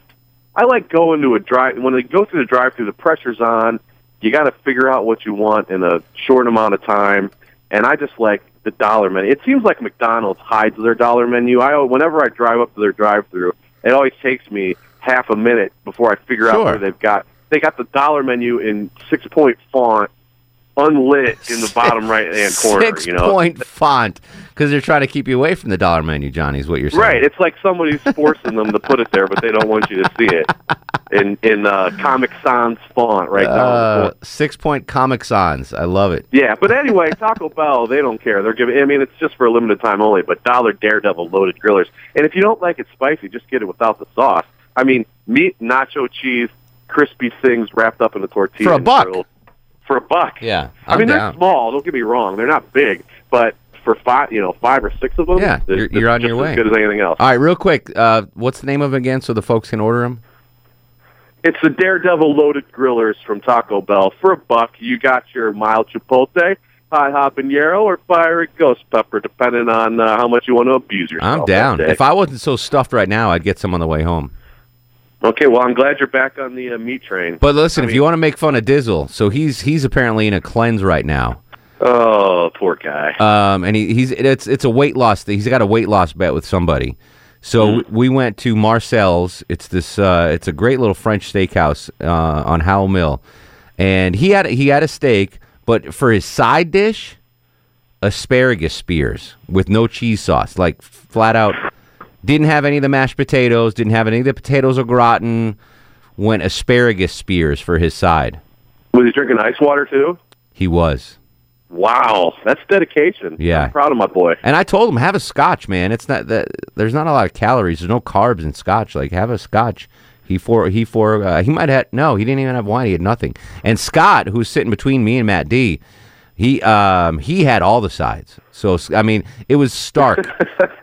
[SPEAKER 1] I like going to a drive when they go through the drive through. The pressure's on. You got to figure out what you want in a short amount of time. And I just like the dollar menu. It seems like McDonald's hides their dollar menu. I al- whenever I drive up to their drive through, it always takes me half a minute before I figure out where they've got. They got the dollar menu in six point font, unlit in the bottom right hand corner.
[SPEAKER 8] Six
[SPEAKER 1] you know,
[SPEAKER 8] point font because they're trying to keep you away from the dollar menu, Johnny. Is what you're saying?
[SPEAKER 1] Right. It's like somebody's forcing them to put it there, but they don't want you to see it in in uh, Comic Sans font right now.
[SPEAKER 8] Uh, six point Comic Sans. I love it.
[SPEAKER 1] Yeah, but anyway, Taco Bell, they don't care. They're giving. I mean, it's just for a limited time only. But Dollar Daredevil loaded grillers, and if you don't like it spicy, just get it without the sauce. I mean, meat, nacho cheese, crispy things wrapped up in a tortilla
[SPEAKER 8] For a
[SPEAKER 1] and
[SPEAKER 8] buck.
[SPEAKER 1] grilled. For a buck.
[SPEAKER 8] Yeah,
[SPEAKER 1] I
[SPEAKER 8] I'm
[SPEAKER 1] mean,
[SPEAKER 8] down.
[SPEAKER 1] they're small. Don't get me wrong; they're not big, but for five, you know, five or six of them,
[SPEAKER 8] Yeah,
[SPEAKER 1] it's-
[SPEAKER 8] you're,
[SPEAKER 1] it's
[SPEAKER 8] you're on
[SPEAKER 1] just
[SPEAKER 8] your
[SPEAKER 1] as
[SPEAKER 8] way.
[SPEAKER 1] good as anything else.
[SPEAKER 8] All right, real quick. Uh, what's the name of it again so the folks can order them?
[SPEAKER 1] It's the Daredevil Loaded Grillers from Taco Bell. For a buck, you got your mild chipotle, hot habanero, or fiery ghost pepper, depending on uh, how much you want to abuse yourself.
[SPEAKER 8] I'm down.
[SPEAKER 1] that day.
[SPEAKER 8] If I wasn't so stuffed right now, I'd get some on the way home.
[SPEAKER 1] okay, well, I'm glad you're back on the uh, meat train.
[SPEAKER 8] But listen, if you want to make fun of Dizzle, so he's he's apparently in a cleanse right now.
[SPEAKER 1] Oh, poor guy.
[SPEAKER 8] Um, and he, he's it's it's a weight loss thing. He's got a weight loss bet with somebody. So
[SPEAKER 1] Mhm.
[SPEAKER 8] we went to Marcel's. It's this. Uh, it's a great little French steakhouse uh, on Howell Mill, and he had he had a steak, but for his side dish, asparagus spears with no cheese sauce, like flat out. Didn't have any of the mashed potatoes. Didn't have any of the potatoes au gratin. Went asparagus spears for his side.
[SPEAKER 1] Was he drinking ice water too?
[SPEAKER 8] He was.
[SPEAKER 1] Wow, that's dedication.
[SPEAKER 8] Yeah.
[SPEAKER 1] I'm proud of my boy.
[SPEAKER 8] And I told him have a scotch, man. It's not that there's not a lot of calories. There's no carbs in scotch. Like have a scotch. He for he for uh, he might have no. He didn't even have wine. He had nothing. And Scott, who's sitting between me and Matt D, he um he had all the sides. So I mean, it was stark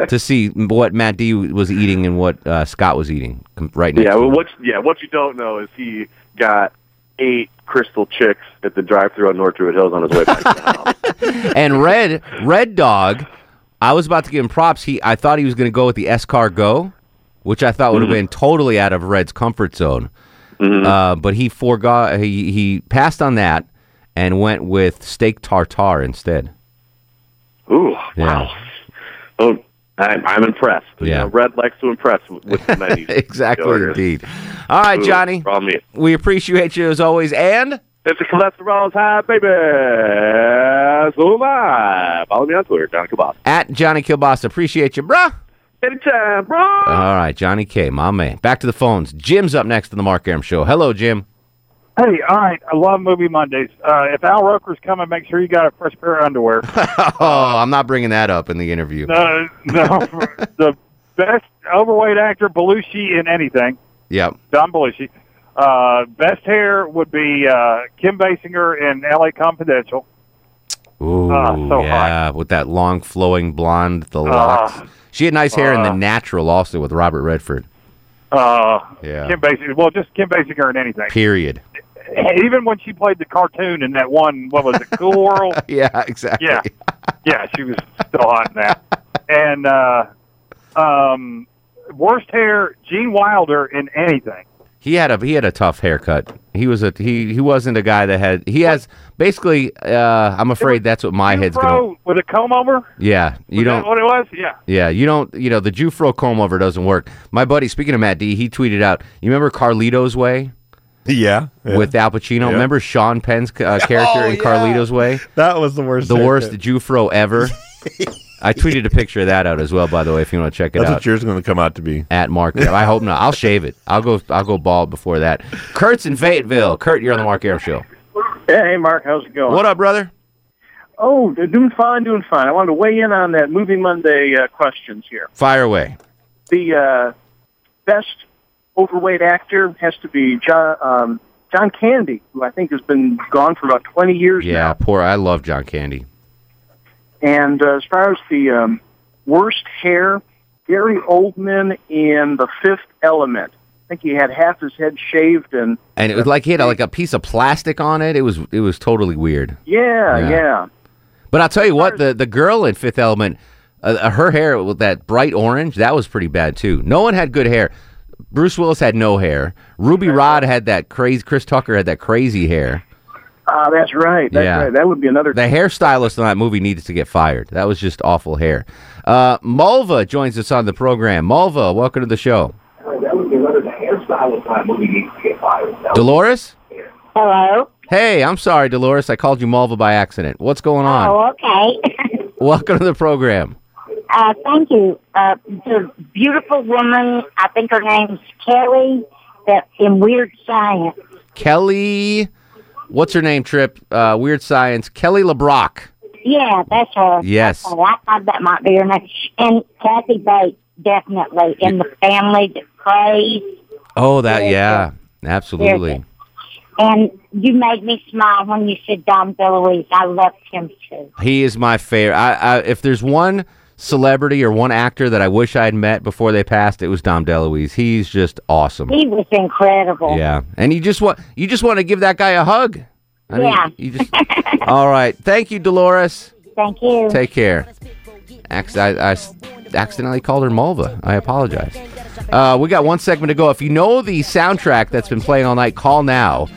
[SPEAKER 8] to see what Matt D was eating and what uh, Scott was eating com- right next.
[SPEAKER 1] Yeah,
[SPEAKER 8] to
[SPEAKER 1] well,
[SPEAKER 8] him.
[SPEAKER 1] what yeah, what you don't know is he got eight crystal chicks at the drive-through on North Druid Hills on his way back.
[SPEAKER 8] and Red Red Dog, I was about to give him props. He I thought he was going to go with the escargot, which I thought would
[SPEAKER 1] Mm-hmm.
[SPEAKER 8] have been totally out of Red's comfort zone. Uh, but he forgot he he passed on that and went with steak tartare instead.
[SPEAKER 1] Ooh,
[SPEAKER 8] Yeah.
[SPEAKER 1] Oh, I'm, I'm impressed. You
[SPEAKER 8] Yeah.
[SPEAKER 1] know, Red likes to impress with, with the menus.
[SPEAKER 8] Exactly,
[SPEAKER 1] Go ahead.
[SPEAKER 8] indeed. All right,
[SPEAKER 1] Ooh,
[SPEAKER 8] Johnny.
[SPEAKER 1] Problem is.
[SPEAKER 8] We appreciate you as always. And
[SPEAKER 1] if the cholesterol's high, baby, so am I. Follow me on Twitter, John Kabas.
[SPEAKER 8] at Johnny Kilbasa, appreciate you, bruh.
[SPEAKER 1] Anytime, bro.
[SPEAKER 8] All right, Johnny K, my man. Back to the phones. Jim's up next on the Mark Aram Show. Hello, Jim.
[SPEAKER 2] Hey, all right. I love Movie Mondays. Uh, if Al Roker's coming, make sure you got a fresh pair of underwear.
[SPEAKER 8] oh, I'm not bringing that up in the interview.
[SPEAKER 2] no, Uh, no. the best overweight actor, Belushi, in anything,
[SPEAKER 8] Yep.
[SPEAKER 2] Don Belushi. Uh, best hair would be uh, Kim Basinger in L.A. Confidential.
[SPEAKER 8] Ooh, yeah, with that long flowing blonde,
[SPEAKER 2] Ah.
[SPEAKER 8] the locks. She had nice hair in The Natural, also with Robert Redford.
[SPEAKER 2] Uh,
[SPEAKER 8] Yeah.
[SPEAKER 2] Kim Basinger. Well, just Kim Basinger in anything.
[SPEAKER 8] Period.
[SPEAKER 2] Even when she played the cartoon in that one, what was it, Cool World?
[SPEAKER 8] yeah, exactly.
[SPEAKER 2] Yeah, yeah, she was still hot in that. And uh, um, worst hair, Gene Wilder in anything.
[SPEAKER 8] He had a he had a tough haircut. He was a he he wasn't a guy that had he has basically. Uh, I'm afraid that's what my head's
[SPEAKER 2] Pro
[SPEAKER 8] going. to
[SPEAKER 2] with a comb over.
[SPEAKER 8] Yeah, you
[SPEAKER 2] Is that
[SPEAKER 8] don't.
[SPEAKER 2] what it was? Yeah.
[SPEAKER 8] Yeah, you don't. You know, the Jufro comb over doesn't work. My buddy, speaking of Matt D, he tweeted out. You remember Carlito's Way?
[SPEAKER 5] Yeah, yeah.
[SPEAKER 8] With Al Pacino,
[SPEAKER 5] Yeah.
[SPEAKER 8] remember Sean Penn's uh, character
[SPEAKER 5] Oh,
[SPEAKER 8] in
[SPEAKER 5] yeah.
[SPEAKER 8] Carlito's Way?
[SPEAKER 5] That was the worst.
[SPEAKER 8] the
[SPEAKER 5] haircut.
[SPEAKER 8] worst Jufro ever. I tweeted a picture of that out as well, by the way, if you want to check it
[SPEAKER 5] That's
[SPEAKER 8] out.
[SPEAKER 5] what yours going to come out to be.
[SPEAKER 8] At Mark, Arum. I hope not. I'll shave it. I'll go. I'll go bald before that. Kurt's in Fayetteville. Kurt, you're on the Mark Aram Show.
[SPEAKER 6] Yeah, hey, Mark, how's it going?
[SPEAKER 8] What up, brother?
[SPEAKER 6] Oh, they're doing fine, doing fine. I wanted to weigh in on that Movie Monday uh, questions here.
[SPEAKER 8] Fire away.
[SPEAKER 6] The uh, best overweight actor has to be John, um, John Candy, who I think has been gone for about 20 years
[SPEAKER 8] Yeah, poor. I love John Candy.
[SPEAKER 6] And uh, as far as the um, worst hair, Gary Oldman in The Fifth Element. I think he had half his head shaved, and
[SPEAKER 8] And it was like he had like a piece of plastic on it. It was it was totally weird.
[SPEAKER 6] yeah,
[SPEAKER 8] Yeah.
[SPEAKER 6] yeah.
[SPEAKER 8] But I'll tell you what, the the girl in Fifth Element, uh, uh, her hair with that bright orange, that was pretty bad too. No one had good hair. Bruce Willis had no hair. Ruby Rod had that crazy. Chris Tucker had that crazy hair.
[SPEAKER 6] Ah, that's right. That's
[SPEAKER 8] Yeah.
[SPEAKER 6] right. That would be another.
[SPEAKER 8] The hairstylist on that movie needed to get fired. That was just awful hair. Uh, Mulva joins us on the program. Mulva, welcome to the show.
[SPEAKER 7] That would be another hairstylist on a movie needs to get fired.
[SPEAKER 8] Dolores?
[SPEAKER 7] Hello.
[SPEAKER 8] Hey, I'm sorry, Dolores. I called you Mulva by accident. What's going on?
[SPEAKER 7] Oh, okay.
[SPEAKER 8] Welcome to the program.
[SPEAKER 7] uh, thank you. Uh, the beautiful woman, I think her name's Kelly, that in Weird Science.
[SPEAKER 8] Kelly, what's her name, Trip? Uh, Weird Science. Kelly LeBrock.
[SPEAKER 7] Yeah, that's her.
[SPEAKER 8] Yes.
[SPEAKER 7] Okay, I thought that might be her name. And Kathy Bates, definitely, in the family that prays.
[SPEAKER 8] Oh, that, yeah. Absolutely.
[SPEAKER 7] And you made me smile when you said Don DeLuise. I loved him too.
[SPEAKER 8] He is my favorite. I, I, if there's one celebrity or one actor that I wish I had met before they passed, it was Dom DeLuise. He's just awesome.
[SPEAKER 7] He was incredible.
[SPEAKER 8] Yeah, and you just want you just want to give that guy a hug. I mean,
[SPEAKER 7] Yeah.
[SPEAKER 8] you just. all right. Thank you, Dolores.
[SPEAKER 7] Thank you.
[SPEAKER 8] Take care. Acc- I, I s- accidentally called her Mulva. I apologize. Uh, we got one segment to go. If you know the soundtrack that's been playing all night, call now.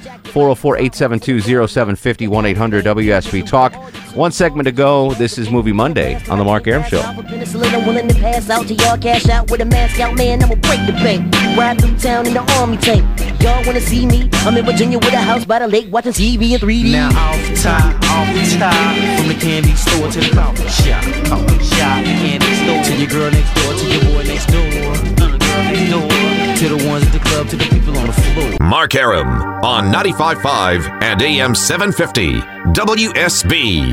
[SPEAKER 8] 404-872-0750 800 WSB Talk. One segment to go. This is Movie Monday on The Mark Aram Show.
[SPEAKER 9] Penicillin, I'm willing to pass out to y'all. Cash out with a mask out, man. I'ma break the bank. Ride through town in the army tank. Y'all wanna see me? I'm in Virginia with a house by the lake, watching TV in 3D.
[SPEAKER 10] Now off the top, off the top, from the candy store to the coffee shop, coffee shop, candy store to your girl next door, to your boy next door, uh, girl next door, to the ones at the club, to the people on the floor.
[SPEAKER 17] Mark Aram on 95.5 and AM 750 WSB.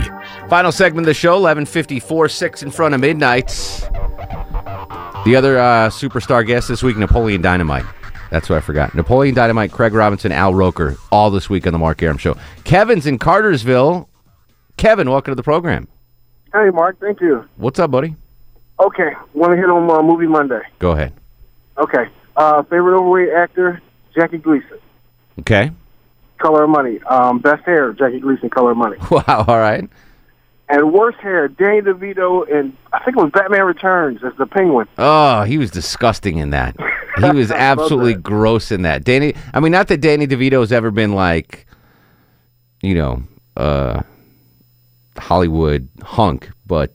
[SPEAKER 8] Final segment of the show, 1154, 6 in front of midnight. The other uh, superstar guest this week, Napoleon Dynamite. That's what I forgot. Napoleon Dynamite, Craig Robinson, Al Roker, all this week on the Mark Aram Show. Kevin's in Cartersville. Kevin, welcome to the program.
[SPEAKER 12] Hey, Mark. Thank you.
[SPEAKER 8] What's up, buddy?
[SPEAKER 12] Okay, want to hit on uh, Movie Monday.
[SPEAKER 8] Go ahead.
[SPEAKER 12] Okay, uh, favorite overweight actor Jackie Gleason.
[SPEAKER 8] Okay.
[SPEAKER 12] Color of Money. Um, best hair Jackie Gleason. Color of Money.
[SPEAKER 8] Wow, all right.
[SPEAKER 12] And worst hair Danny DeVito and I think it was Batman Returns as the Penguin.
[SPEAKER 8] Oh, he was disgusting in that. He was
[SPEAKER 12] I love
[SPEAKER 8] absolutely gross in that. Danny, I mean, not that Danny DeVito's ever been like, you know, uh, Hollywood hunk, but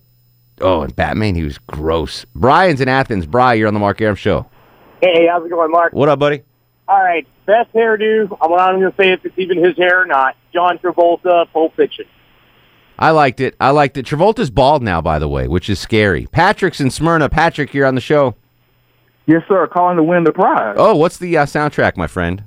[SPEAKER 8] oh, in Batman, he was gross. Brian's in Athens. Brian, you're on the Mark Aram show.
[SPEAKER 14] Hey, how's it going, Mark?
[SPEAKER 8] What up, buddy?
[SPEAKER 14] All right, best hairdo. I'm not going to say if it's even his hair or not. John Travolta, Pulp Fiction.
[SPEAKER 8] I liked it. I liked it. Travolta's bald now, by the way, which is scary. Patrick's in Smyrna. Patrick, you're on the show.
[SPEAKER 12] Yes, sir. Calling to win the prize.
[SPEAKER 8] Oh, what's the uh, soundtrack, my friend?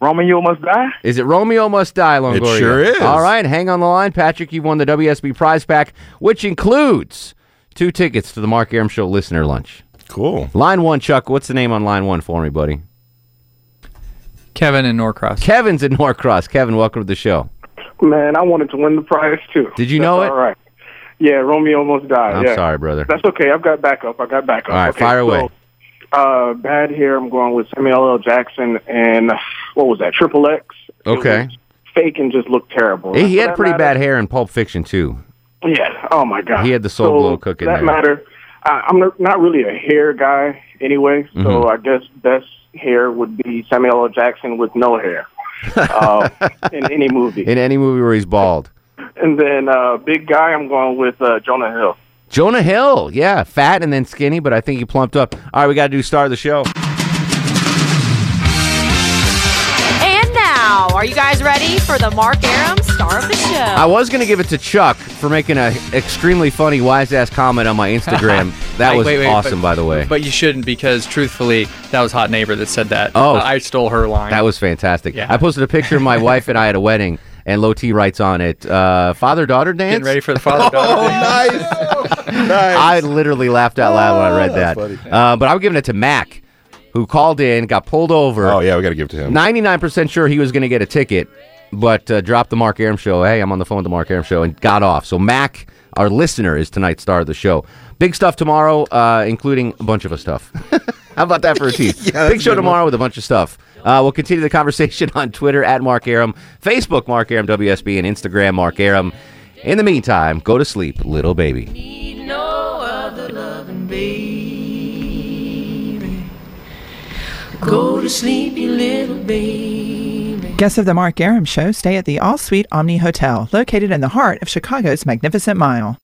[SPEAKER 12] Romeo Must Die.
[SPEAKER 8] Is it Romeo Must Die, Longoria?
[SPEAKER 12] sure is.
[SPEAKER 8] All right, hang on the line, Patrick. You've won the WSB prize pack, which includes two tickets to the Mark Aram Show listener lunch. Cool. Line one, Chuck. What's the name on line one for me, buddy? Kevin in Norcross. Kevin's in Norcross. Kevin, welcome to the show.
[SPEAKER 25] Man, I wanted to win the prize too.
[SPEAKER 8] Did you know it?
[SPEAKER 25] All right. Yeah, Romeo almost died.
[SPEAKER 8] I'm
[SPEAKER 25] Uh, yeah.
[SPEAKER 8] sorry, brother.
[SPEAKER 25] That's okay. I've got backup. I got backup.
[SPEAKER 8] All right,
[SPEAKER 25] okay,
[SPEAKER 8] fire away.
[SPEAKER 25] so, uh, bad hair. I'm going with Samuel L. Jackson and what was that? Triple X.
[SPEAKER 8] Okay.
[SPEAKER 25] Fake and just looked terrible.
[SPEAKER 8] He, he
[SPEAKER 25] For
[SPEAKER 8] had
[SPEAKER 25] that
[SPEAKER 8] pretty
[SPEAKER 25] matter-
[SPEAKER 8] bad hair in Pulp Fiction too.
[SPEAKER 25] Yeah. Oh my God.
[SPEAKER 8] He had the soul
[SPEAKER 25] so
[SPEAKER 8] glow cooking
[SPEAKER 25] for that
[SPEAKER 8] there.
[SPEAKER 25] matter, I, I'm not- not really a hair guy anyway, so
[SPEAKER 8] Mhm.
[SPEAKER 25] I guess best hair would be Samuel L. Jackson with no hair uh, in any movie.
[SPEAKER 8] In any movie where he's bald.
[SPEAKER 25] And then uh, big guy, I'm going with uh, Jonah Hill.
[SPEAKER 8] Jonah Hill, yeah, fat and then skinny, but I think he plumped up. All right, we got to do star of the show.
[SPEAKER 26] And now, are you guys ready for the Mark Aram Star of the Show?
[SPEAKER 8] I was going to give it to Chuck for making an extremely funny wise ass comment on my Instagram. That
[SPEAKER 4] Wait,
[SPEAKER 8] was
[SPEAKER 4] wait, wait,
[SPEAKER 8] awesome,
[SPEAKER 4] but-
[SPEAKER 8] by the way.
[SPEAKER 4] But you shouldn't because truthfully, that was hot neighbor that said that.
[SPEAKER 8] Oh.
[SPEAKER 4] I stole her line.
[SPEAKER 8] That was fantastic.
[SPEAKER 4] Yeah.
[SPEAKER 8] I posted a picture of my wife and I at a wedding, and Low T writes on it, uh, father daughter dance.
[SPEAKER 4] Getting ready for the father
[SPEAKER 8] Oh.
[SPEAKER 4] daughter.
[SPEAKER 8] I literally laughed out loud when I
[SPEAKER 4] Oh,
[SPEAKER 8] read that. Uh, but I'm giving it to Mac, who called in, got pulled over. Oh yeah, we got to give it to him. 99% sure he was going to get a ticket, but uh, dropped the Mark Aram show. Hey, I'm on the phone with the Mark Aram show and got off. So Mac, our listener, is tonight's star of the show. Big stuff tomorrow, uh, including a bunch of us stuff. How about that for a tease? Big show tomorrow with a bunch of stuff. Uh, we'll continue the conversation on Twitter at Mark Aram, Facebook Mark Aram WSB, and Instagram Mark Aram. In the meantime, go to sleep, little baby.
[SPEAKER 27] no other loving baby. Go to sleep, you little baby.
[SPEAKER 25] Guests of the Mark Aram Show stay at the All Suite Omni Hotel, located in the heart of Chicago's Magnificent Mile.